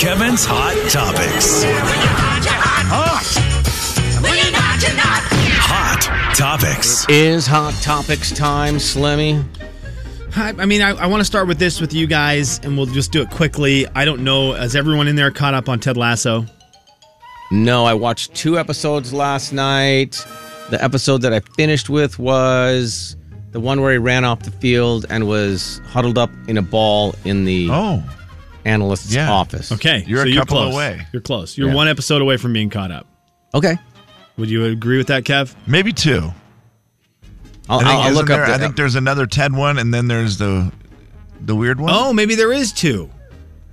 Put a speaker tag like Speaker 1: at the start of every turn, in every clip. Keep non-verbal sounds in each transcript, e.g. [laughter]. Speaker 1: Kevin's Hot Topics. Hot Topics.
Speaker 2: Is Hot Topics time, Slimmy?
Speaker 3: I, I mean, I, I want to start with this with you guys, and we'll just do it quickly. I don't know. Is everyone in there caught up on Ted Lasso?
Speaker 2: No, I watched two episodes last night. The episode that I finished with was the one where he ran off the field and was huddled up in a ball in the
Speaker 4: Oh,
Speaker 2: analyst's
Speaker 4: Yeah.
Speaker 2: office.
Speaker 3: Okay,
Speaker 4: You're a couple
Speaker 3: close.
Speaker 4: away.
Speaker 3: You're close. You're
Speaker 2: Yeah.
Speaker 3: one episode away from being caught up.
Speaker 2: Okay.
Speaker 3: Would you agree with that, Kev?
Speaker 4: maybe two.
Speaker 2: I'll,
Speaker 4: I think,
Speaker 2: I'll- I'll
Speaker 4: isn't
Speaker 2: look
Speaker 4: there-
Speaker 2: up. The,
Speaker 4: I think there's another Ted one, and then there's the the weird one.
Speaker 3: Oh, maybe there is two.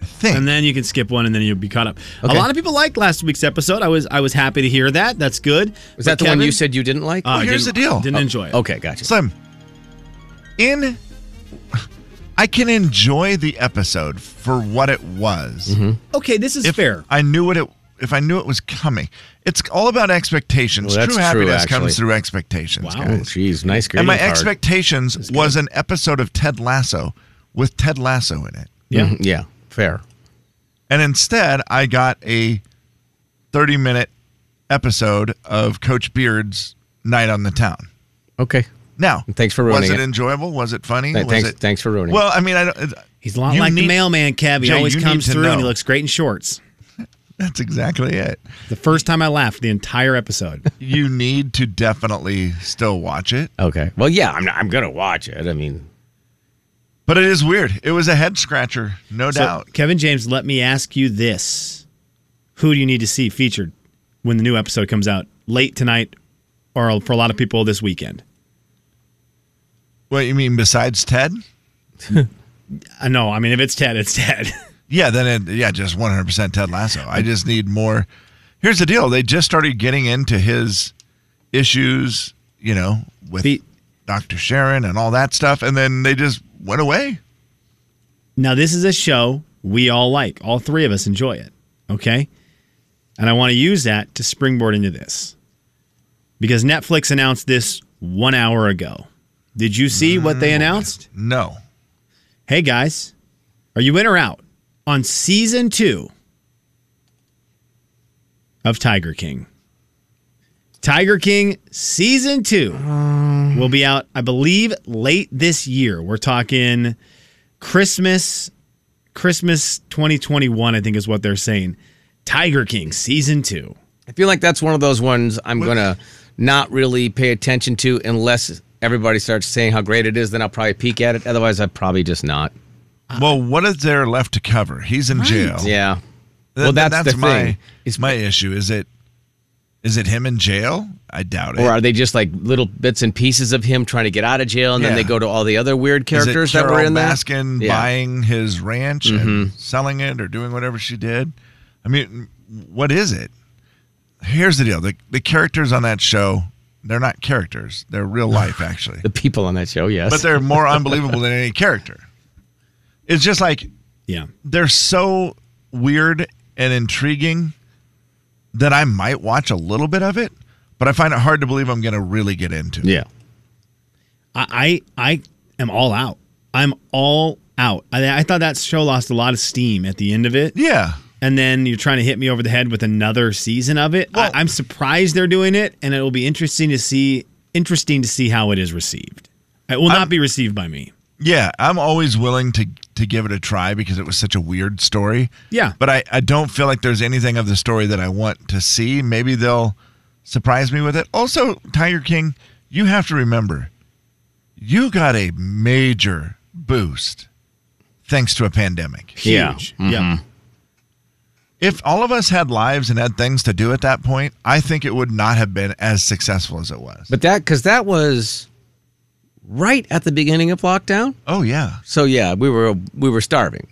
Speaker 4: I think.
Speaker 3: and then you can skip one, and then you'll be caught up.
Speaker 2: Okay.
Speaker 3: A lot of people liked last week's episode. I was I was happy to hear that. That's good.
Speaker 2: was that
Speaker 3: But
Speaker 2: the one
Speaker 3: Kevin,
Speaker 2: you said you didn't like?
Speaker 3: uh,
Speaker 4: Well, Oh, here's
Speaker 3: didn't-
Speaker 4: the deal.
Speaker 3: Didn't enjoy
Speaker 4: Oh,
Speaker 3: it.
Speaker 2: okay, gotcha.
Speaker 4: Slim, in I can enjoy the episode for what it was.
Speaker 2: Mm-hmm.
Speaker 3: Okay, this is
Speaker 4: If
Speaker 3: fair.
Speaker 4: I knew what it if I knew it was coming. It's all about expectations.
Speaker 2: Well, that's
Speaker 4: true
Speaker 2: true,
Speaker 4: happiness
Speaker 2: actually.
Speaker 4: comes through expectations,
Speaker 3: Wow.
Speaker 2: oh,
Speaker 4: guys.
Speaker 2: jeez, nice greeting
Speaker 4: and my
Speaker 2: card.
Speaker 4: expectations was an episode of Ted Lasso with Ted Lasso in it.
Speaker 3: Yeah.
Speaker 2: Mhm, yeah, fair.
Speaker 4: And instead, I got a 30 minute episode of Coach Beard's Night on the Town.
Speaker 2: Okay.
Speaker 4: Now,
Speaker 2: And thanks for
Speaker 4: was
Speaker 2: ruining
Speaker 4: it,
Speaker 2: it.
Speaker 4: enjoyable? Was it funny?
Speaker 2: Th-
Speaker 4: was
Speaker 2: thanks-
Speaker 4: it,
Speaker 2: thanks for ruining it.
Speaker 4: Well, I mean, I don't.
Speaker 3: He's a lot
Speaker 4: you
Speaker 3: like the
Speaker 4: need-
Speaker 3: mailman, Kev. He
Speaker 4: Jay,
Speaker 3: always
Speaker 4: you
Speaker 3: comes
Speaker 4: need to
Speaker 3: through and he
Speaker 4: know.
Speaker 3: looks great in shorts.
Speaker 4: That's exactly it.
Speaker 3: The first time I laughed the entire episode.
Speaker 4: You need to definitely still watch it,
Speaker 2: Okay. Well, yeah, I'm, I'm going to watch it. I mean,
Speaker 4: but it is weird. It was a head scratcher, no
Speaker 3: so,
Speaker 4: doubt.
Speaker 3: Kevin James, let me ask you this: Who do you need to see featured when the new episode comes out late tonight, or for a lot of people this weekend?
Speaker 4: What you mean besides Ted?
Speaker 3: I know. Uh, I mean, if it's Ted, it's Ted. [laughs]
Speaker 4: Yeah, then it, yeah, just 100% Ted Lasso. I just need more. Here's the deal. They just started getting into his issues, you know, with
Speaker 3: The-
Speaker 4: Dr. Sharon and all that stuff and then they just went away.
Speaker 3: Now, this is a show we all like. All three of us enjoy it. Okay. And I want to use that to springboard into this because Netflix announced this one hour ago. Did you see what they announced?
Speaker 4: No.
Speaker 3: Hey, guys, are you in or out on season two of Tiger King? Tiger King season two will be out, I believe, late this year. We're talking Christmas, Christmas 2021, I think is what they're saying. Tiger King season two.
Speaker 2: I feel like that's one of those ones I'm going to not really pay attention to unless everybody starts saying how great it is. Then I'll probably peek at it. Otherwise, I'm probably just not.
Speaker 4: well, what is there left to cover? He's in jail.
Speaker 2: Uh-huh. Yeah.
Speaker 4: Th-
Speaker 2: well, that's, the
Speaker 4: my
Speaker 2: thing. It's-
Speaker 4: my issue. Is it is it him in jail? I doubt it.
Speaker 2: or are they just like little bits and pieces of him trying to get out of jail, and then
Speaker 4: Yeah.
Speaker 2: they go to all the other
Speaker 4: Is
Speaker 2: weird
Speaker 4: it
Speaker 2: characters that were
Speaker 4: Carol
Speaker 2: in that?
Speaker 4: Baskin
Speaker 2: Yeah. Mm-hmm.
Speaker 4: buying his ranch and selling it or doing whatever she did. I mean, what is it? Here's the deal: the the characters on that show, they're not characters; they're real
Speaker 2: [laughs]
Speaker 4: life, actually.
Speaker 2: The people on that show, yes.
Speaker 4: but they're more unbelievable than any character. It's just like
Speaker 3: Yeah.
Speaker 4: they're so weird and intriguing that I might watch a little bit of it, but I find it hard to believe I'm going to really get into. it.
Speaker 2: yeah.
Speaker 3: I I, I am all out. I'm all out. I, I thought that show lost a lot of steam at the end of it.
Speaker 4: yeah.
Speaker 3: and then you're trying to hit me over the head with another season of it.
Speaker 4: Well-
Speaker 3: I, I'm surprised they're doing it, and it will be interesting to see. Interesting to see how it is received. It will not be received by me.
Speaker 4: Yeah, I'm always willing to to give it a try because it was such a weird story.
Speaker 3: Yeah.
Speaker 4: But I, I don't feel like there's anything of the story that I want to see. Maybe they'll surprise me with it. Also, Tiger King, you have to remember, you got a major boost thanks to a pandemic.
Speaker 2: Yeah.
Speaker 3: Huge.
Speaker 4: Mm-hmm.
Speaker 3: Yeah.
Speaker 4: If all of us had lives and had things to do at that point, I think it would not have been as successful as it was.
Speaker 2: But that, because that was right at the beginning of lockdown.
Speaker 4: oh yeah.
Speaker 2: So yeah, we were we were starving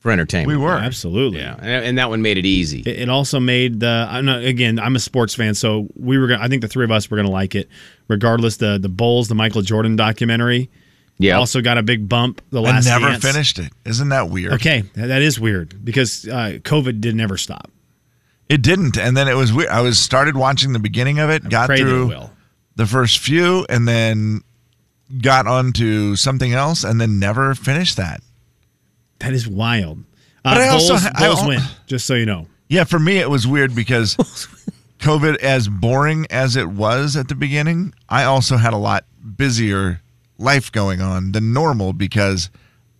Speaker 2: for entertainment.
Speaker 4: We were.
Speaker 3: Absolutely.
Speaker 2: Yeah, and, and that one made it easy.
Speaker 3: It, it also made the. I'm not, again, I'm a sports fan, so we were. Gonna, I think the three of us were going to like it, regardless. The the Bulls, the Michael Jordan documentary,
Speaker 2: yeah.
Speaker 3: also got a big bump. The
Speaker 4: I
Speaker 3: last
Speaker 4: never
Speaker 3: Dance.
Speaker 4: finished it. Isn't that weird?
Speaker 3: Okay, that that is weird because uh, COVID did never stop.
Speaker 4: It didn't, and then it was weird. I was started watching the beginning of it, got
Speaker 3: Pray that it
Speaker 4: through
Speaker 3: will.
Speaker 4: the first few, and then got onto something else, and then never finished that.
Speaker 3: That is wild. Uh,
Speaker 4: But I also
Speaker 3: Bulls,
Speaker 4: ha- I
Speaker 3: Bulls
Speaker 4: al-
Speaker 3: win, just so you know.
Speaker 4: Yeah, for me it was weird
Speaker 3: [laughs]
Speaker 4: because COVID, as boring as it was at the beginning, I also had a lot busier life going on than normal because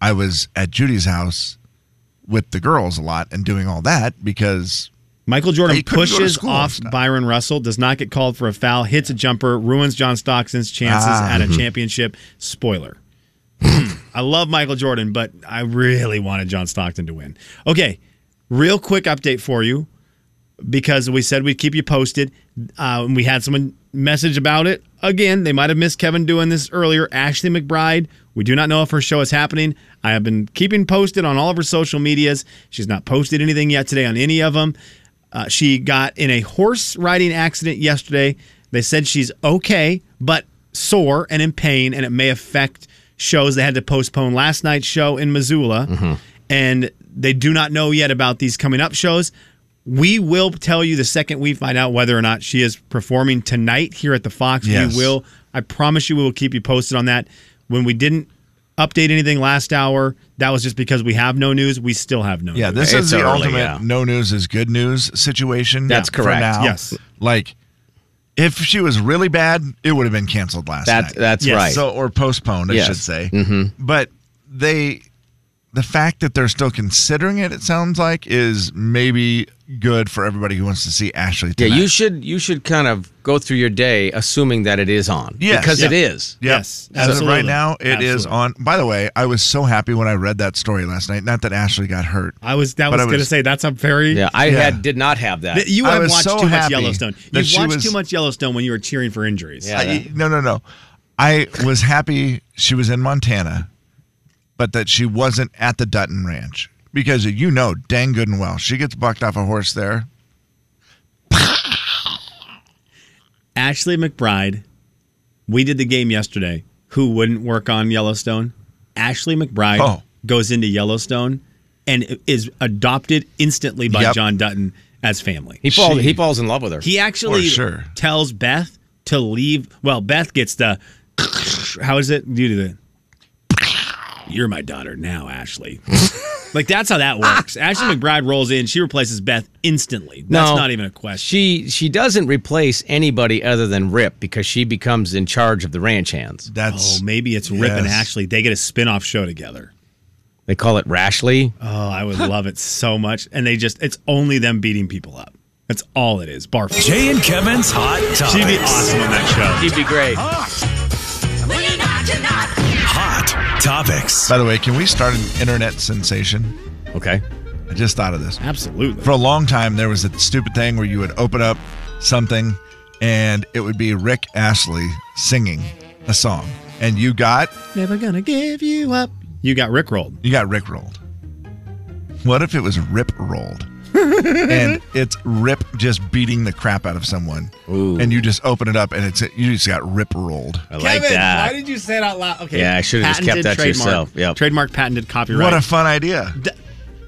Speaker 4: I was at Judy's house with the girls a lot and doing all that because
Speaker 3: Michael
Speaker 4: He
Speaker 3: Jordan
Speaker 4: couldn't go to
Speaker 3: pushes
Speaker 4: school and
Speaker 3: off
Speaker 4: stuff.
Speaker 3: Byron Russell, does not get called for a foul, hits a jumper, ruins John Stockton's chances
Speaker 4: Ah.
Speaker 3: at a championship. Spoiler. Hmm. I love Michael Jordan, but I really wanted John Stockton to win. Okay, real quick update for you because we said we'd keep you posted. Uh, and we had someone message about it. Again, they might have missed Kevin doing this earlier. Ashley McBride, we do not know if her show is happening. I have been keeping posted on all of her social medias. She's not posted anything yet today on any of them. Uh, she got in a horse riding accident yesterday. They said she's okay, but sore and in pain, and it may affect shows. They had to postpone last night's show in Missoula,
Speaker 4: Mm-hmm.
Speaker 3: and they do not know yet about these coming up shows. We will tell you the second we find out whether or not she is performing tonight here at the Fox.
Speaker 4: Yes.
Speaker 3: We will. I promise you, we will keep you posted on that. When we didn't update anything last hour, that was just because we have no news. We still have no
Speaker 4: yeah,
Speaker 3: news.
Speaker 4: this
Speaker 2: It's
Speaker 4: is the
Speaker 2: early,
Speaker 4: ultimate
Speaker 2: yeah.
Speaker 4: no news is good news situation.
Speaker 2: That's
Speaker 4: for
Speaker 2: correct.
Speaker 4: now.
Speaker 3: Yes.
Speaker 4: Like if she was really bad, it would have been canceled last
Speaker 2: That,
Speaker 4: night.
Speaker 2: that's
Speaker 3: Yes.
Speaker 2: right.
Speaker 4: So or postponed, I
Speaker 2: Yes. Mm-hmm.
Speaker 4: should say. But they, the fact that they're still considering it, it sounds like, is maybe good for everybody who wants to see Ashley.
Speaker 2: yeah,
Speaker 4: tonight.
Speaker 2: you should you should kind of go through your day assuming that it is on.
Speaker 4: Yes.
Speaker 2: because it
Speaker 3: Yeah.
Speaker 2: is.
Speaker 4: Yep.
Speaker 3: Yes,
Speaker 4: As of right
Speaker 3: absolutely.
Speaker 4: now, it is
Speaker 3: Absolutely.
Speaker 4: on. By the way, I was so happy when I read that story last night. Not that Ashley got hurt.
Speaker 3: I was that
Speaker 4: But
Speaker 3: was,
Speaker 4: I
Speaker 3: going to
Speaker 4: was-
Speaker 3: say that's a very
Speaker 2: Yeah, I
Speaker 4: Yeah.
Speaker 2: had did not have that.
Speaker 3: Th- you
Speaker 4: I
Speaker 3: have
Speaker 4: was
Speaker 3: watched
Speaker 4: so
Speaker 3: too much
Speaker 4: happy
Speaker 3: Yellowstone.
Speaker 4: that
Speaker 3: You've
Speaker 4: she
Speaker 3: watched
Speaker 4: was-
Speaker 3: too much Yellowstone when you were cheering for injuries.
Speaker 2: Yeah.
Speaker 4: I- e,
Speaker 2: that-
Speaker 4: no, no, no. I was happy she was in Montana, but that she wasn't at the Dutton Ranch because you know dang good and well she gets bucked off a horse there.
Speaker 3: Ashley McBride, we did the game yesterday. Who wouldn't work on Yellowstone? Ashley McBride
Speaker 4: Oh.
Speaker 3: goes into Yellowstone and is adopted instantly by
Speaker 4: Yep.
Speaker 3: John Dutton as family.
Speaker 2: he falls
Speaker 4: she-
Speaker 2: he falls in love with her.
Speaker 3: He actually
Speaker 4: For sure.
Speaker 3: tells Beth to leave. Well, Beth gets the. How is it? You do the. You're my daughter now, Ashley. like that's how
Speaker 4: [laughs]
Speaker 3: that works. Ashley McBride rolls in. She replaces Beth instantly. That's
Speaker 2: No.
Speaker 3: not even a question.
Speaker 2: she she doesn't replace anybody other than Rip because she becomes in charge of the ranch hands.
Speaker 3: Oh,
Speaker 4: That's
Speaker 3: maybe it's Rip and
Speaker 4: Yes.
Speaker 3: Ashley. They get a spin-off show together.
Speaker 2: They call it Rashly.
Speaker 3: Oh, I would love it so much. And they just—it's only them beating people up. That's all it is. Barf.
Speaker 1: Jay and Kevin's Hot Topics.
Speaker 3: She'd be awesome on that show.
Speaker 2: He'd be great.
Speaker 1: Hot Topics.
Speaker 4: By the way, can we start an internet sensation?
Speaker 2: Okay.
Speaker 4: I just thought of this.
Speaker 3: Absolutely.
Speaker 4: For a long time, there was a stupid thing where you would open up something and it would be Rick Ashley singing a song. And you got
Speaker 3: Never gonna give you up. You got rickrolled.
Speaker 4: you got Rick rolled. What if it was Rip
Speaker 2: [laughs]
Speaker 4: rolled? and it's Rip just beating the crap out of someone.
Speaker 2: Ooh.
Speaker 4: And you just open it up and it's you just got Rip rolled.
Speaker 2: I like that.
Speaker 3: Why did you say it out loud? Okay.
Speaker 2: Yeah, I should've just
Speaker 3: patented
Speaker 2: kept that to
Speaker 3: trademark.
Speaker 2: yourself. Yep.
Speaker 3: Trademark, patented, copyright.
Speaker 4: What a fun idea.
Speaker 3: D-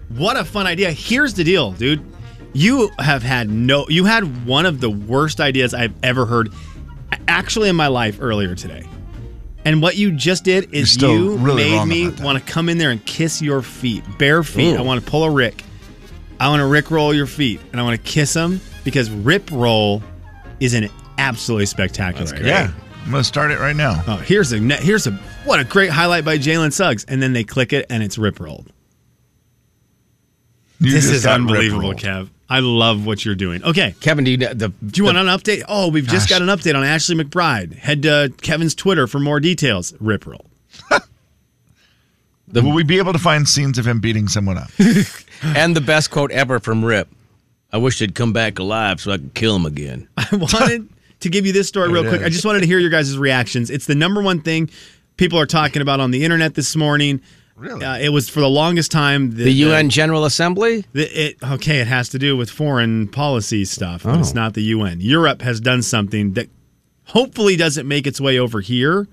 Speaker 3: what a fun idea. Here's the deal, dude. You have had no. You had one of the worst ideas I've ever heard, a- actually in my life earlier today. And what you just did is
Speaker 4: still
Speaker 3: you
Speaker 4: really
Speaker 3: made
Speaker 4: wrong
Speaker 3: me
Speaker 4: about that.
Speaker 3: want to come in there and kiss your feet, bare feet.
Speaker 2: Ooh.
Speaker 3: I want to pull a Rick. I want to Rick roll your feet, and I want to kiss them because Rip roll is an absolutely spectacular. idea.
Speaker 4: Yeah. I'm gonna start it right now.
Speaker 3: Oh, here's a ne- here's a what a great highlight by Jalen Suggs, and then they click it and it's rip rolled.
Speaker 4: You
Speaker 3: This
Speaker 4: just
Speaker 3: is
Speaker 4: got Rip
Speaker 3: unbelievable,
Speaker 4: rolled.
Speaker 3: Kev. I love what you're doing. Okay,
Speaker 2: Kevin, do you know the
Speaker 3: do you want an update? Oh, we've just
Speaker 4: Gosh.
Speaker 3: got an update on Ashley McBride. Head to Kevin's Twitter for more details. Rip roll.
Speaker 4: Will we be able to find scenes of him beating someone
Speaker 2: [laughs]
Speaker 4: up?
Speaker 2: and the best quote ever from Rip. I wish they'd come back alive so I could kill him again.
Speaker 3: [laughs] I wanted to give you this story real
Speaker 4: it
Speaker 3: quick. I
Speaker 4: is.
Speaker 3: just wanted to hear your guys' reactions. It's the number one thing people are talking about on the internet this morning.
Speaker 4: Really?
Speaker 3: Uh, it was for the longest time the,
Speaker 2: The UN General Assembly?
Speaker 3: The, it okay. It has to do with foreign policy stuff, but
Speaker 4: Oh.
Speaker 3: it's not the UN. Europe has done something that hopefully doesn't make its way over here,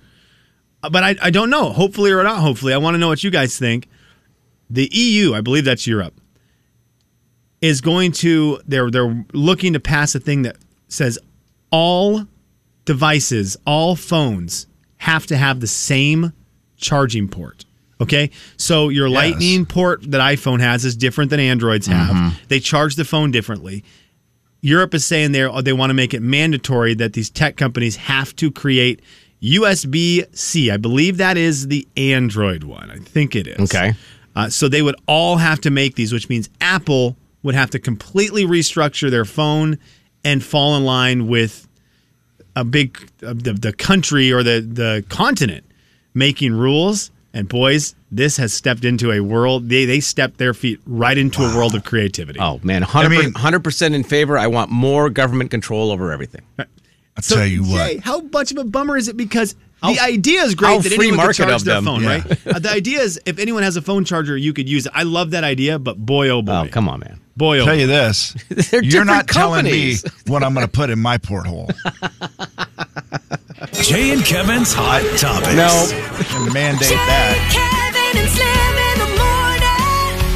Speaker 3: Uh, but I, I don't know. Hopefully or not. Hopefully, I want to know what you guys think. The EU, I believe that's Europe, is going to they're they're looking to pass a thing that says all devices, all phones have to have the same charging port. Okay. So your Lightning port that iPhone has is different than Androids have. They charge the phone differently. Europe is saying they they want to make it mandatory that these tech companies have to create USB C. I believe that is the Android one. I think it is.
Speaker 2: Okay.
Speaker 3: Uh, so they would all have to make these, which means Apple would have to completely restructure their phone and fall in line with a big uh, the, the country or the the continent making rules. And boys, this has stepped into a world. They they stepped their feet right into a world of creativity.
Speaker 2: Oh man, 100
Speaker 4: mean-
Speaker 2: percent in favor. I want more government control over everything.
Speaker 3: Uh,
Speaker 4: I'll tell you what.
Speaker 3: Jay, how much of a bummer is it because the idea is great
Speaker 2: how
Speaker 3: that
Speaker 2: free
Speaker 3: anyone could
Speaker 2: market
Speaker 3: charge
Speaker 2: of
Speaker 3: their
Speaker 2: them.
Speaker 3: phone,
Speaker 4: Yeah.
Speaker 3: right? Uh, the idea is if anyone has a phone charger, you could use it. I love that idea, but boy, oh boy,
Speaker 2: Oh come on, man.
Speaker 3: boy, oh
Speaker 4: tell
Speaker 3: boy. [laughs]
Speaker 4: you this.
Speaker 2: [laughs] They're
Speaker 4: You're not
Speaker 2: different
Speaker 4: telling me
Speaker 2: companies.
Speaker 4: [laughs] what I'm going to put in my porthole.
Speaker 1: Jay and Kevin's Hot Topics.
Speaker 2: [laughs] No,
Speaker 4: and mandate
Speaker 5: Jay,
Speaker 4: that.
Speaker 5: Kevin, and Slim in the morning.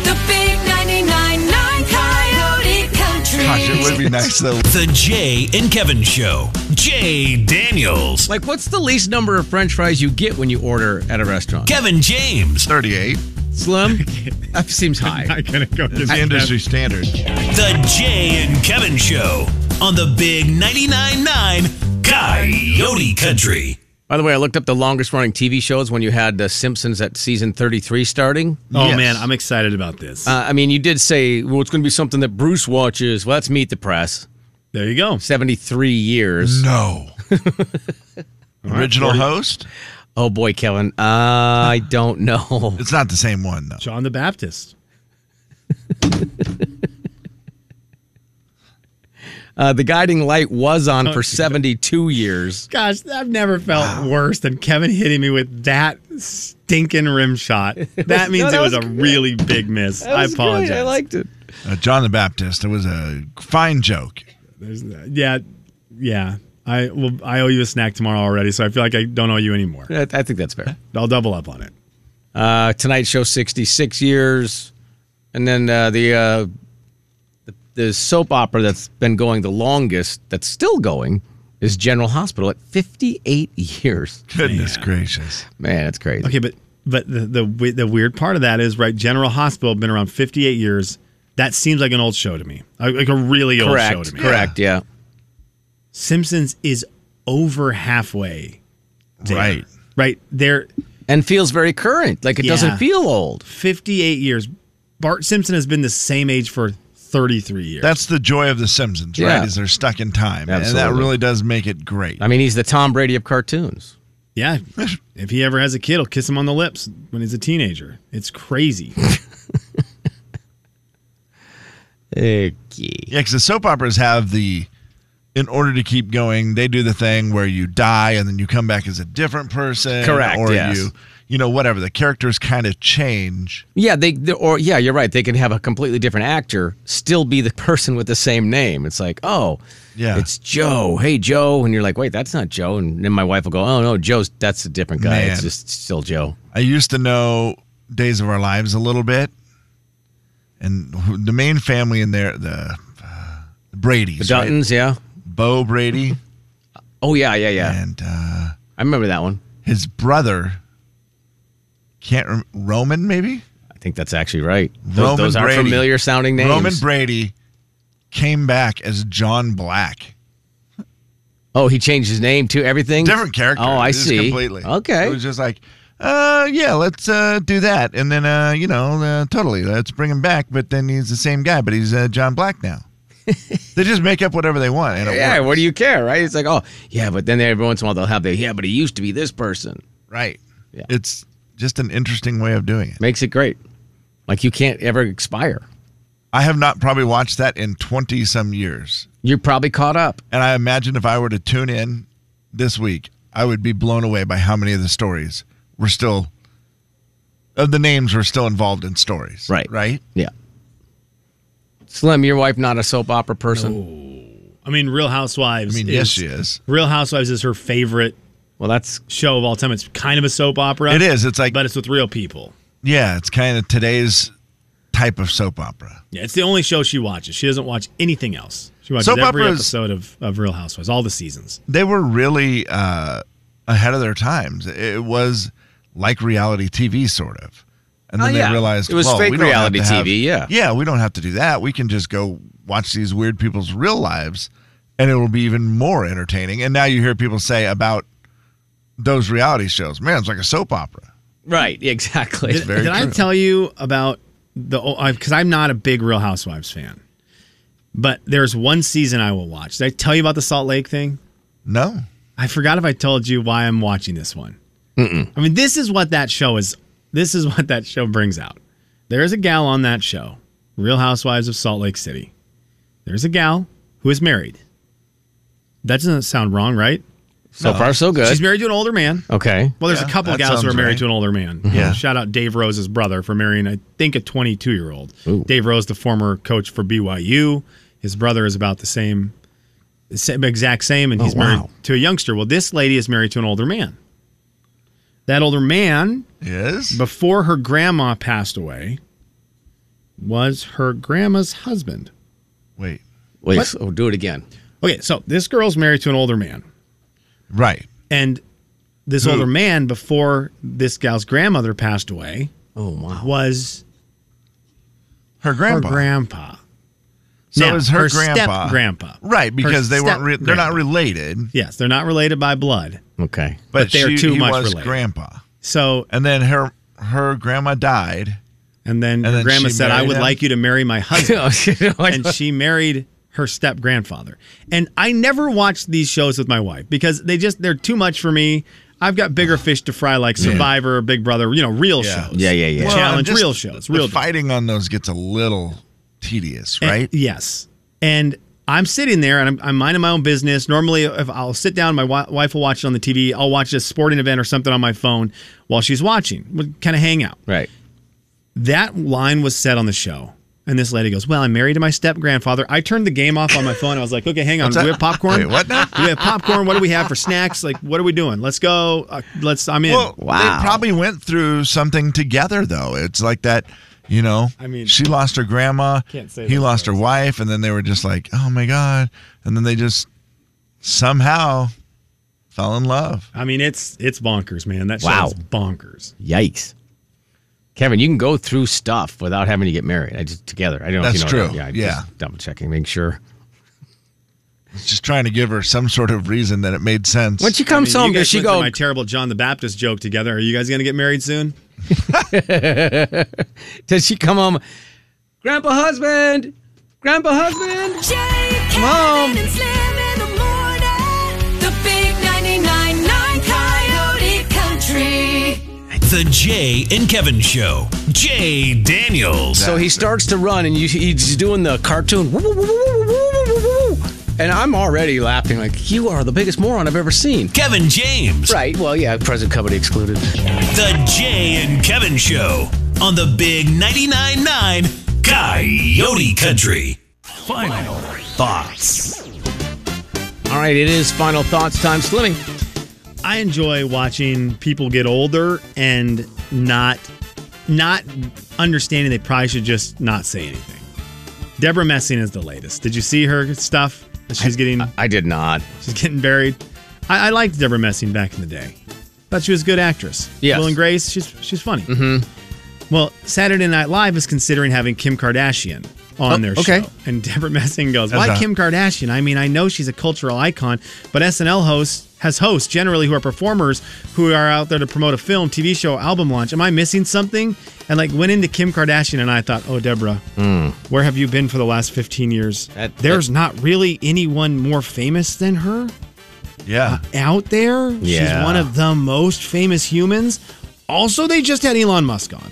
Speaker 5: The big 99.9 Coyote Country.
Speaker 4: Gosh, it would be nice though.
Speaker 1: The Jay and Kevin Show. Jay Daniels.
Speaker 2: like what's the least number of French fries you get when you order at a restaurant?
Speaker 1: Kevin James.
Speaker 4: 38
Speaker 3: [laughs]
Speaker 2: Slim, that seems high.
Speaker 3: not gonna go
Speaker 4: is
Speaker 3: to
Speaker 4: the industry standard.
Speaker 1: The Jay and Kevin Show on the Big 99.9 Coyote Country.
Speaker 2: By the way, I looked up the longest running TV shows when you had The Simpsons at season 33 starting.
Speaker 3: Oh
Speaker 4: Yes.
Speaker 3: man, I'm excited about this.
Speaker 2: Uh, I mean, you did say, well, it's going to be something that Bruce watches. Well, let's meet the press.
Speaker 3: there you go.
Speaker 2: 73 years.
Speaker 4: No.
Speaker 2: [laughs]
Speaker 4: Original host?
Speaker 2: Oh, boy, Kevin.
Speaker 3: [laughs]
Speaker 2: I don't know.
Speaker 4: It's not the same one though.
Speaker 3: John the Baptist.
Speaker 2: Uh, the Guiding Light was on for 72 years.
Speaker 3: Gosh, I've never felt worse than Kevin hitting me with that stinking rim shot. That means
Speaker 2: that
Speaker 3: it was,
Speaker 2: was
Speaker 3: a really big miss. I apologize.
Speaker 2: I liked it.
Speaker 4: Uh, John the Baptist. It was a fine joke.
Speaker 3: There's that. Yeah, yeah. I well, I owe you a snack tomorrow already, so I feel like I don't owe you anymore.
Speaker 2: I, I think that's fair.
Speaker 3: I'll double up on it.
Speaker 2: Uh, Tonight Show 66 years, and then uh, the, uh, the the soap opera that's been going the longest, that's still going, is General Hospital at 58 years.
Speaker 4: Goodness gracious.
Speaker 2: Man, that's crazy.
Speaker 3: Okay, but but the the we- the weird part of that is right. General Hospital been around 58 years. That seems like an old show to me, Uh, like like a really
Speaker 2: correct,
Speaker 3: old show to me.
Speaker 2: correct, yeah.
Speaker 3: Simpsons is over halfway. there.
Speaker 4: Right.
Speaker 3: Right. They're
Speaker 2: and feels very current. Like it
Speaker 3: Yeah.
Speaker 2: doesn't feel old.
Speaker 3: 58 years. Bart Simpson has been the same age for 33 years.
Speaker 4: That's the joy of The Simpsons,
Speaker 2: Yeah.
Speaker 4: right? Is they're stuck in time. And that
Speaker 2: Absolutely.
Speaker 4: really does make it great.
Speaker 2: I mean, he's the Tom Brady of cartoons.
Speaker 3: yeah. if he ever has a kid, he'll kiss him on the lips when he's a teenager. It's crazy.
Speaker 2: Okay.
Speaker 4: Yeah, because the soap operas have the, in order to keep going, they do the thing where you die and then you come back as a different person.
Speaker 2: Correct,
Speaker 4: Or
Speaker 2: yes.
Speaker 4: you, you know, whatever. The characters kind of change.
Speaker 2: Yeah, they they- or yeah, you're right. They can have a completely different actor still be the [laughs] person with the same name. It's like, oh,
Speaker 4: Yeah.
Speaker 2: it's Joe. Hey, Joe, and you're like, wait, that's not Joe. And then my wife will go, oh no, Joe's that's a different guy.
Speaker 4: Man.
Speaker 2: It's just still Joe.
Speaker 4: I used to know Days of Our Lives a little bit. And who- the main family in there, the uh, Brady's.
Speaker 2: The
Speaker 4: right?
Speaker 2: Duttons, yeah.
Speaker 4: Bo Brady
Speaker 2: Oh yeah, yeah, yeah.
Speaker 4: and uh,
Speaker 2: I remember that one.
Speaker 4: his brother, can't rem- Roman maybe?
Speaker 2: I think that's actually right. Those,
Speaker 4: Roman
Speaker 2: those are
Speaker 4: Brady.
Speaker 2: familiar sounding names.
Speaker 4: Roman Brady came back as John Black.
Speaker 2: oh, he changed his name to everything.
Speaker 4: different character.
Speaker 2: Oh, I
Speaker 4: just
Speaker 2: see.
Speaker 4: Completely.
Speaker 2: Okay.
Speaker 4: It was just like, uh, yeah, let's uh, do that, and then uh, you know, uh, totally, let's bring him back. But then he's the same guy, but he's uh, John Black
Speaker 2: [laughs]
Speaker 4: now. they just make up whatever they want, and it
Speaker 2: Yeah,
Speaker 4: works.
Speaker 2: what do you care, right? It's like, oh, yeah, but then every once in a while they'll have the, yeah, but he used to be this person.
Speaker 4: right?
Speaker 2: Yeah.
Speaker 4: It's just an interesting way of doing it.
Speaker 2: Makes it great. Like you can't ever expire.
Speaker 4: I have not probably watched that in twenty some years,
Speaker 2: You're probably caught up.
Speaker 4: and I imagine if I were to tune in this week, I would be blown away by how many of the stories were still. Of the names were still involved in stories.
Speaker 2: Right.
Speaker 4: Right.
Speaker 2: Yeah. Slim, your wife not a soap opera person.
Speaker 3: I mean, Real Housewives.
Speaker 4: I mean,
Speaker 3: is,
Speaker 4: yes, she is.
Speaker 3: Real Housewives is her favorite
Speaker 2: Well, that's
Speaker 3: show of all time. It's kind of a soap opera.
Speaker 4: It is. It's like
Speaker 3: but it's with real people.
Speaker 4: Yeah, it's kind of today's type of soap opera.
Speaker 3: Yeah, it's the only show she watches. She doesn't watch anything else. She watches
Speaker 4: Soap
Speaker 3: every
Speaker 4: operas-
Speaker 3: episode of, of Real Housewives, all the seasons.
Speaker 4: They were really uh, ahead of their times. It was like reality TV, sort of. And then
Speaker 2: Oh,
Speaker 4: they
Speaker 2: yeah.
Speaker 4: realized
Speaker 2: It was
Speaker 4: well,
Speaker 2: fake
Speaker 4: we don't have
Speaker 2: reality
Speaker 4: to have-
Speaker 2: TV, yeah.
Speaker 4: yeah, we don't have to do that. We can just go watch these weird people's real lives, and it will be even more entertaining. And now you hear people say about those reality shows, man, it's like a soap opera.
Speaker 2: Right. [laughs] Exactly.
Speaker 4: very
Speaker 3: Did I
Speaker 4: true.
Speaker 3: tell you about the because I'm not a big Real Housewives fan, but there's one season I will watch. Did I tell you about the Salt Lake thing?
Speaker 4: No,
Speaker 3: I forgot if I told you why I'm watching this one. I mean, this is what that show is. This is what that show brings out. There is a gal on that show, Real Housewives of Salt Lake City. There's a gal who is married. That doesn't sound wrong, right?
Speaker 2: so far, so good.
Speaker 3: She's married to an older man.
Speaker 2: Okay.
Speaker 3: Well, there's
Speaker 4: Yeah,
Speaker 3: a couple
Speaker 4: that
Speaker 3: gals who are
Speaker 4: sounds
Speaker 3: married
Speaker 4: right. Mm-hmm.
Speaker 3: to an older man.
Speaker 4: Yeah.
Speaker 3: Shout out Dave Rose's brother for marrying, I think, a 22 year old.
Speaker 2: Ooh.
Speaker 3: Dave Rose, the former coach for BYU. His brother is about the same, the same exact same, and he's married
Speaker 4: Oh, wow.
Speaker 3: to a youngster. Well, this lady is married to an older man. That older man,
Speaker 4: yes,
Speaker 3: before her grandma passed away, was her grandma's husband.
Speaker 4: wait,
Speaker 2: Wait.
Speaker 3: What?
Speaker 2: Oh, do it again.
Speaker 3: Okay, so this girl's married to an older man.
Speaker 4: right,
Speaker 3: And this
Speaker 4: Who?
Speaker 3: older man, before this gal's grandmother passed away,
Speaker 2: Oh wow.
Speaker 3: was
Speaker 4: her grandpa.
Speaker 3: her grandpa.
Speaker 4: so
Speaker 3: Now,
Speaker 4: is her,
Speaker 3: step
Speaker 4: grandpa,
Speaker 3: grandpa.
Speaker 4: right? Because
Speaker 3: Her
Speaker 4: they weren't. Re- they're not
Speaker 3: step-grandpa.
Speaker 4: related,
Speaker 3: Yes, they're not related by blood.
Speaker 2: Okay. [laughs]
Speaker 4: but,
Speaker 3: they are
Speaker 4: she-
Speaker 3: too
Speaker 4: he
Speaker 3: much
Speaker 4: was
Speaker 3: related.
Speaker 4: grandpa.
Speaker 3: So,
Speaker 4: And then her her grandma died.
Speaker 3: and then
Speaker 4: And
Speaker 3: her
Speaker 4: then
Speaker 3: grandma
Speaker 4: she
Speaker 3: said, "I
Speaker 4: married
Speaker 3: would
Speaker 4: him? Oh,
Speaker 3: like you to marry my
Speaker 4: [laughs]
Speaker 3: husband," and she married her step grandfather. And I never watched these shows with my wife because they just they're too much for me. I've got
Speaker 4: [sighs]
Speaker 3: bigger fish to fry, like Survivor, Big Brother, you know, real
Speaker 4: Yeah.
Speaker 3: shows.
Speaker 2: Yeah, yeah, yeah.
Speaker 3: The
Speaker 2: Well,
Speaker 3: challenge,
Speaker 4: just-
Speaker 3: real shows,
Speaker 4: the
Speaker 3: real
Speaker 4: fighting on those gets a little tedious,
Speaker 3: And-
Speaker 4: right?
Speaker 3: yes. And I'm sitting there and I'm, I'm minding my own business. Normally, if I'll sit down, my wi- wife will watch it on the TV. I'll watch a sporting event or something on my phone while she's watching. We kind of hang out.
Speaker 2: right.
Speaker 3: That line was said on the show. And this lady goes, Well, I'm married to my step grandfather. I turned the game off on my phone. I was like, Okay, hang on. Do we have popcorn?
Speaker 4: Wait, what now?
Speaker 3: Do we have popcorn? What do we have for snacks? Like, what are we doing? Let's go. Uh, let's, I'm in.
Speaker 4: Well,
Speaker 2: Wow.
Speaker 4: they probably went through something together, though. It's like that, you know.
Speaker 3: I mean-
Speaker 4: she lost her grandma.
Speaker 3: Can't say
Speaker 4: he
Speaker 3: those
Speaker 4: lost her wife, and then they were just like, "Oh my god!" And then they just somehow fell in love.
Speaker 3: I mean, it's it's bonkers, man. That show
Speaker 2: Wow.
Speaker 3: is bonkers.
Speaker 2: Yikes. Kevin, you can go through stuff without having to get married. I just together. I don't know
Speaker 4: That's
Speaker 2: if you know. that.
Speaker 4: true.
Speaker 2: Yeah. I
Speaker 4: Yeah.
Speaker 2: Just double checking, make sure.
Speaker 4: It's just trying to give her some sort of reason that it made sense.
Speaker 2: When she comes
Speaker 3: I mean,
Speaker 2: home,
Speaker 3: you
Speaker 2: does
Speaker 3: guys
Speaker 2: she
Speaker 3: went through
Speaker 2: go?
Speaker 3: My terrible John the Baptist joke together. Are you guys gonna get married soon?
Speaker 2: Does she come home? Grandpa husband, grandpa husband.
Speaker 5: Jay,
Speaker 2: Mom.
Speaker 5: Kevin, and Slim in the morning. The big 99.9 Coyote Country.
Speaker 1: The Jay and Kevin Show. Jay Daniels.
Speaker 2: So he starts to run, and you, he's doing the cartoon. "Woo, woo, woo, woo, woo, woo, woo, woo," And I'm already laughing, like you are the biggest moron I've ever seen.
Speaker 1: Kevin James.
Speaker 2: Right. Well, yeah, present company excluded.
Speaker 1: The Jay and Kevin Show on the Big 99.9 9 Coyote Country. Final thoughts.
Speaker 2: All right, it is final thoughts time. Slimming.
Speaker 3: I enjoy watching people get older and not not understanding they probably should just not say anything. Deborah Messing is the latest. Did you see her stuff? that She's getting
Speaker 2: I did not.
Speaker 3: she's getting buried. I, I liked Deborah Messing back in the day. Thought she was a good actress.
Speaker 2: Yes.
Speaker 3: Will and Grace, she's she's funny. Mm-hmm. Well, Saturday Night Live is considering having Kim Kardashian on
Speaker 2: Oh,
Speaker 3: their
Speaker 2: okay.
Speaker 3: show. And Deborah Messing goes,
Speaker 4: That's
Speaker 3: Why
Speaker 4: a-
Speaker 3: Kim Kardashian? I mean, I know she's a cultural icon, but SNL hosts has hosts generally who are performers who are out there to promote a film, TV show, album launch. Am I missing something? And like went into Kim Kardashian and I thought, Oh Deborah, where have you been for the last fifteen years?
Speaker 2: Mm. That-
Speaker 3: There's not really anyone more famous than her
Speaker 4: yeah,
Speaker 3: out there. She's
Speaker 2: Yeah.
Speaker 3: one of the most famous humans. Also, they just had Elon Musk on.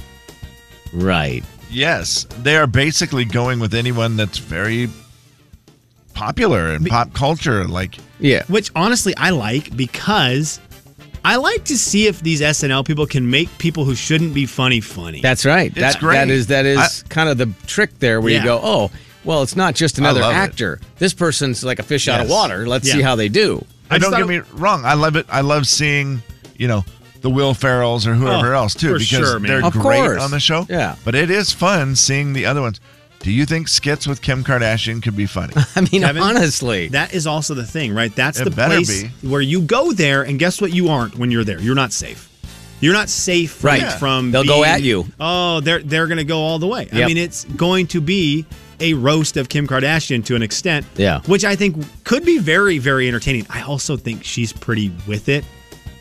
Speaker 2: Right.
Speaker 4: yes, they are basically going with anyone that's very popular in pop culture, like.
Speaker 2: Yeah.
Speaker 3: which honestly I like because I like to see if these SNL people can make people who shouldn't be funny funny.
Speaker 2: That's right. that
Speaker 4: great.
Speaker 2: that is that is
Speaker 4: I-
Speaker 2: kind of the trick there, where
Speaker 3: Yeah.
Speaker 2: you go, oh, well, it's not just another
Speaker 4: love it.
Speaker 2: actor. This person's like a fish out of
Speaker 4: Yes.
Speaker 2: water. Let's see
Speaker 3: Yeah.
Speaker 2: how they do.
Speaker 3: I
Speaker 4: I
Speaker 3: just
Speaker 4: don't get
Speaker 3: thought
Speaker 4: me wrong. I love it. I love seeing, you know, the Will Ferrells or whoever
Speaker 3: Oh,
Speaker 4: else too,
Speaker 3: for
Speaker 4: because
Speaker 3: sure, man.
Speaker 4: they're
Speaker 2: Of
Speaker 4: great
Speaker 2: course.
Speaker 4: on the show.
Speaker 2: Yeah.
Speaker 4: but it is fun seeing the other ones. Do you think skits with Kim Kardashian could be
Speaker 3: [laughs]
Speaker 4: funny?
Speaker 2: I mean,
Speaker 3: Kevin,
Speaker 2: honestly,
Speaker 3: That is also the thing, right? That's
Speaker 4: It
Speaker 3: the
Speaker 4: better
Speaker 3: place
Speaker 4: be.
Speaker 3: where you go there, and guess what? You aren't when you're there. You're not safe. You're not safe from-
Speaker 2: Right.
Speaker 3: from
Speaker 2: They'll go
Speaker 3: being,
Speaker 2: at you.
Speaker 3: Oh, they're they're going to go all the way. I
Speaker 2: Yep.
Speaker 3: mean, it's going to be a roast of Kim Kardashian to an extent.
Speaker 2: Yeah.
Speaker 3: Which I think could be very very entertaining. I also think she's pretty with it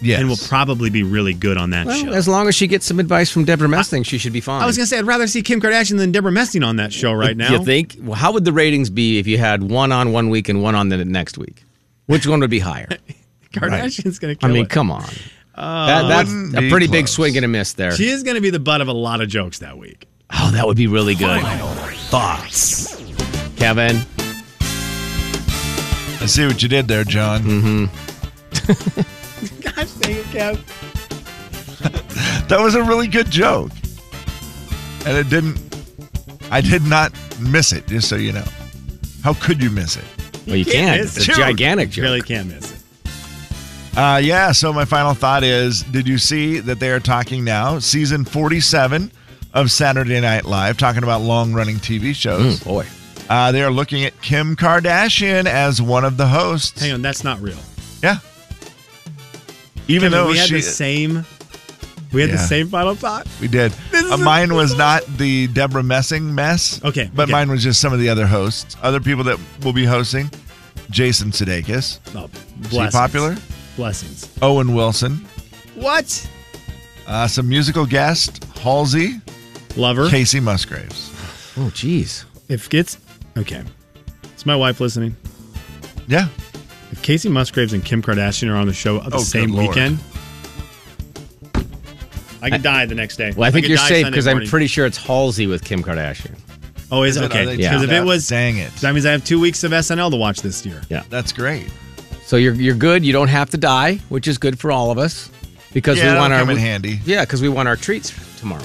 Speaker 4: Yes.
Speaker 3: and will probably be really good on that show.
Speaker 2: Well, as long as she gets some advice from Deborah Messing, she should be fine.
Speaker 3: I was going to say I'd rather see Kim Kardashian than Deborah Messing on that show right now.
Speaker 2: You think? Well, how would the ratings be if you had one on one week and one on the next week? Which one would be higher?
Speaker 3: Kardashian's going to
Speaker 2: I
Speaker 3: kill
Speaker 2: mean,
Speaker 3: it.
Speaker 2: come on. that, that's
Speaker 4: Wouldn't
Speaker 2: a
Speaker 4: be
Speaker 2: pretty big
Speaker 4: close.
Speaker 2: swing and a miss there.
Speaker 3: She is going to be the butt of a lot of jokes that week.
Speaker 2: Oh, that would be really good,
Speaker 1: Thoughts.
Speaker 2: Kevin.
Speaker 4: I see what you did there, John.
Speaker 3: Mm-hmm. Gosh dang it, Kev.
Speaker 4: That was a really good joke. And it didn't, I did not miss it, just so you know. How could you miss it?
Speaker 2: Well,
Speaker 3: [laughs]
Speaker 2: you
Speaker 3: can't
Speaker 2: can't.
Speaker 3: miss
Speaker 2: It's a
Speaker 3: it.
Speaker 2: gigantic joke.
Speaker 3: Really can't miss it.
Speaker 4: Uh, yeah, so my final thought is Did you see that they are talking now? Season 47 of Saturday Night Live, talking about long running TV shows.
Speaker 3: Hmm.
Speaker 2: Mm, boy.
Speaker 4: Uh, they are looking at Kim Kardashian as one of the hosts.
Speaker 3: Hang on, that's not real.
Speaker 4: Yeah. Even
Speaker 3: Kevin,
Speaker 4: though
Speaker 3: we had
Speaker 4: she,
Speaker 3: the same, we had the
Speaker 4: Yeah.
Speaker 3: same final thought.
Speaker 4: we did.
Speaker 3: This is
Speaker 4: Uh, mine
Speaker 3: [laughs]
Speaker 4: was not the Deborah Messing mess.
Speaker 3: Okay,
Speaker 4: But
Speaker 3: okay.
Speaker 4: mine was just some of the other hosts, other people that will be hosting Jason Sudeikis,
Speaker 3: Oh,
Speaker 4: is he
Speaker 3: blessings.
Speaker 4: popular?
Speaker 3: Blessings.
Speaker 4: Owen Wilson,
Speaker 3: What?
Speaker 4: uh, some musical guest, Halsey,
Speaker 3: Lover.
Speaker 4: Casey Musgraves.
Speaker 2: Oh, jeez.
Speaker 3: If it's okay, is my wife listening?
Speaker 4: Yeah.
Speaker 3: If Casey Musgraves and Kim Kardashian are on the show at
Speaker 4: Oh,
Speaker 3: the
Speaker 4: good
Speaker 3: same
Speaker 4: Lord.
Speaker 3: weekend, I could die the next day.
Speaker 2: Well, I think
Speaker 3: could
Speaker 2: you're
Speaker 3: die
Speaker 2: safe
Speaker 3: Sunday
Speaker 2: because I'm
Speaker 3: morning.
Speaker 2: pretty sure it's Halsey with Kim Kardashian.
Speaker 3: Oh, is,
Speaker 4: Is it?
Speaker 3: okay.
Speaker 4: Are they
Speaker 2: Yeah.
Speaker 3: Because if
Speaker 4: teamed
Speaker 3: it
Speaker 4: up?
Speaker 3: was,
Speaker 4: dang it,
Speaker 3: that means I have two weeks of SNL to watch this year.
Speaker 2: Yeah.
Speaker 4: that's great.
Speaker 2: So you're you're good. You don't have to die, which is good for all of us because
Speaker 4: yeah,
Speaker 2: we want
Speaker 4: that'll
Speaker 2: our
Speaker 4: come in
Speaker 2: we-
Speaker 4: handy.
Speaker 2: yeah because we want our treats tomorrow.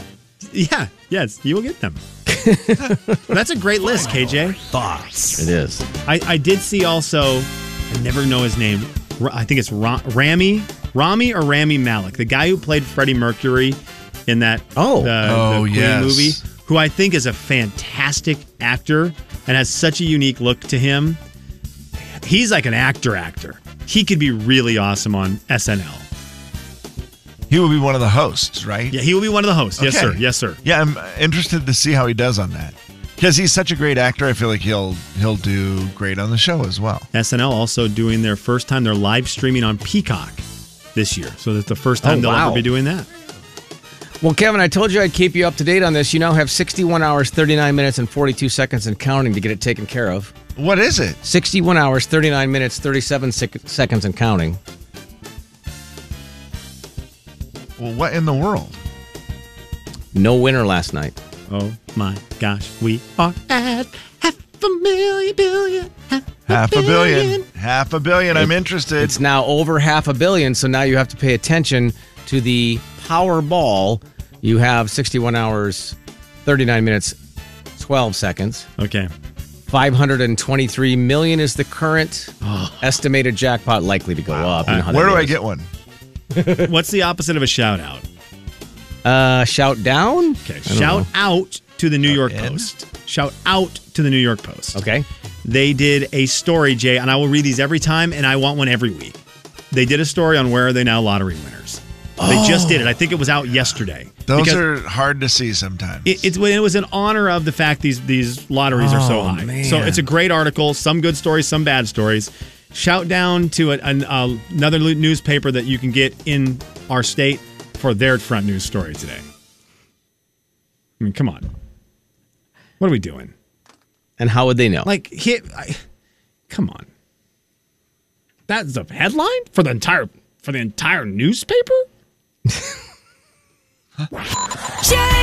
Speaker 3: Yeah. Yes, you will get them. That's a great list, KJ.
Speaker 1: Thoughts.
Speaker 2: It is.
Speaker 3: I, I did see also, I never know his name. R- I think it's Ra- Rami, Rami or Rami Malik, the guy who played Freddie Mercury in that
Speaker 2: Oh.
Speaker 3: the,
Speaker 4: Oh,
Speaker 3: the Queen
Speaker 4: yes.
Speaker 3: movie, who I think is a fantastic actor and has such a unique look to him. He's like an actor actor. He could be really awesome on SNL.
Speaker 4: He will be one of the hosts, right?
Speaker 3: Yeah, he will be one of the hosts. Yes,
Speaker 4: Okay.
Speaker 3: sir. Yes, sir.
Speaker 4: Yeah, I'm interested to see how he does on that because he's such a great actor. I feel like he'll he'll do great on the show as well.
Speaker 3: SNL also doing their first time they're live streaming on Peacock this year. So that's the first time
Speaker 2: Oh,
Speaker 3: they'll
Speaker 2: wow.
Speaker 3: ever be doing that.
Speaker 2: Well, Kevin, I told you I'd keep you up to date on this. You now have 61 hours, 39 minutes, and 42 seconds and counting to get it taken care of.
Speaker 4: What is it?
Speaker 2: 61 hours, 39 minutes, 37 sec- seconds and counting.
Speaker 4: Well, what in the world?
Speaker 2: No winner last night.
Speaker 3: Oh my gosh, we are at half a million billion. Half,
Speaker 4: Half a billion. Half a billion. I'm interested.
Speaker 2: It's now over half a billion, so now you have to pay attention to the Powerball. You have 61 hours, 39 minutes, 12 seconds. [laughs]
Speaker 3: Okay.
Speaker 2: 523 million is the current estimated jackpot likely to go up. You know how
Speaker 4: Where
Speaker 2: that
Speaker 4: do I
Speaker 2: goes.
Speaker 4: get one?
Speaker 3: What's the opposite of a shout out?
Speaker 2: Uh, shout down.
Speaker 3: Okay. Shout out to the New York
Speaker 4: in?
Speaker 3: Post. Shout out to the New York Post.
Speaker 2: Okay.
Speaker 3: They did a story, Jay, and I will read these every time, and I want one every week. They did a story on where are they now lottery winners. They just did it. I think it was out yesterday.
Speaker 4: Those
Speaker 3: Because
Speaker 4: are hard to see sometimes.
Speaker 3: It, it's it was in honor of the fact these these lotteries are so
Speaker 2: Oh,
Speaker 3: high.
Speaker 2: man.
Speaker 3: So it's a great article. Some good stories, some bad stories. Shout down to a, an, uh, another lo- newspaper that you can get in our state for their front news story today. I mean, come on, what are we doing?
Speaker 2: And how would they know?
Speaker 3: Like, hit, I, come on. That's the headline for the entire for the entire newspaper.
Speaker 5: Jay
Speaker 4: Oh. Uh,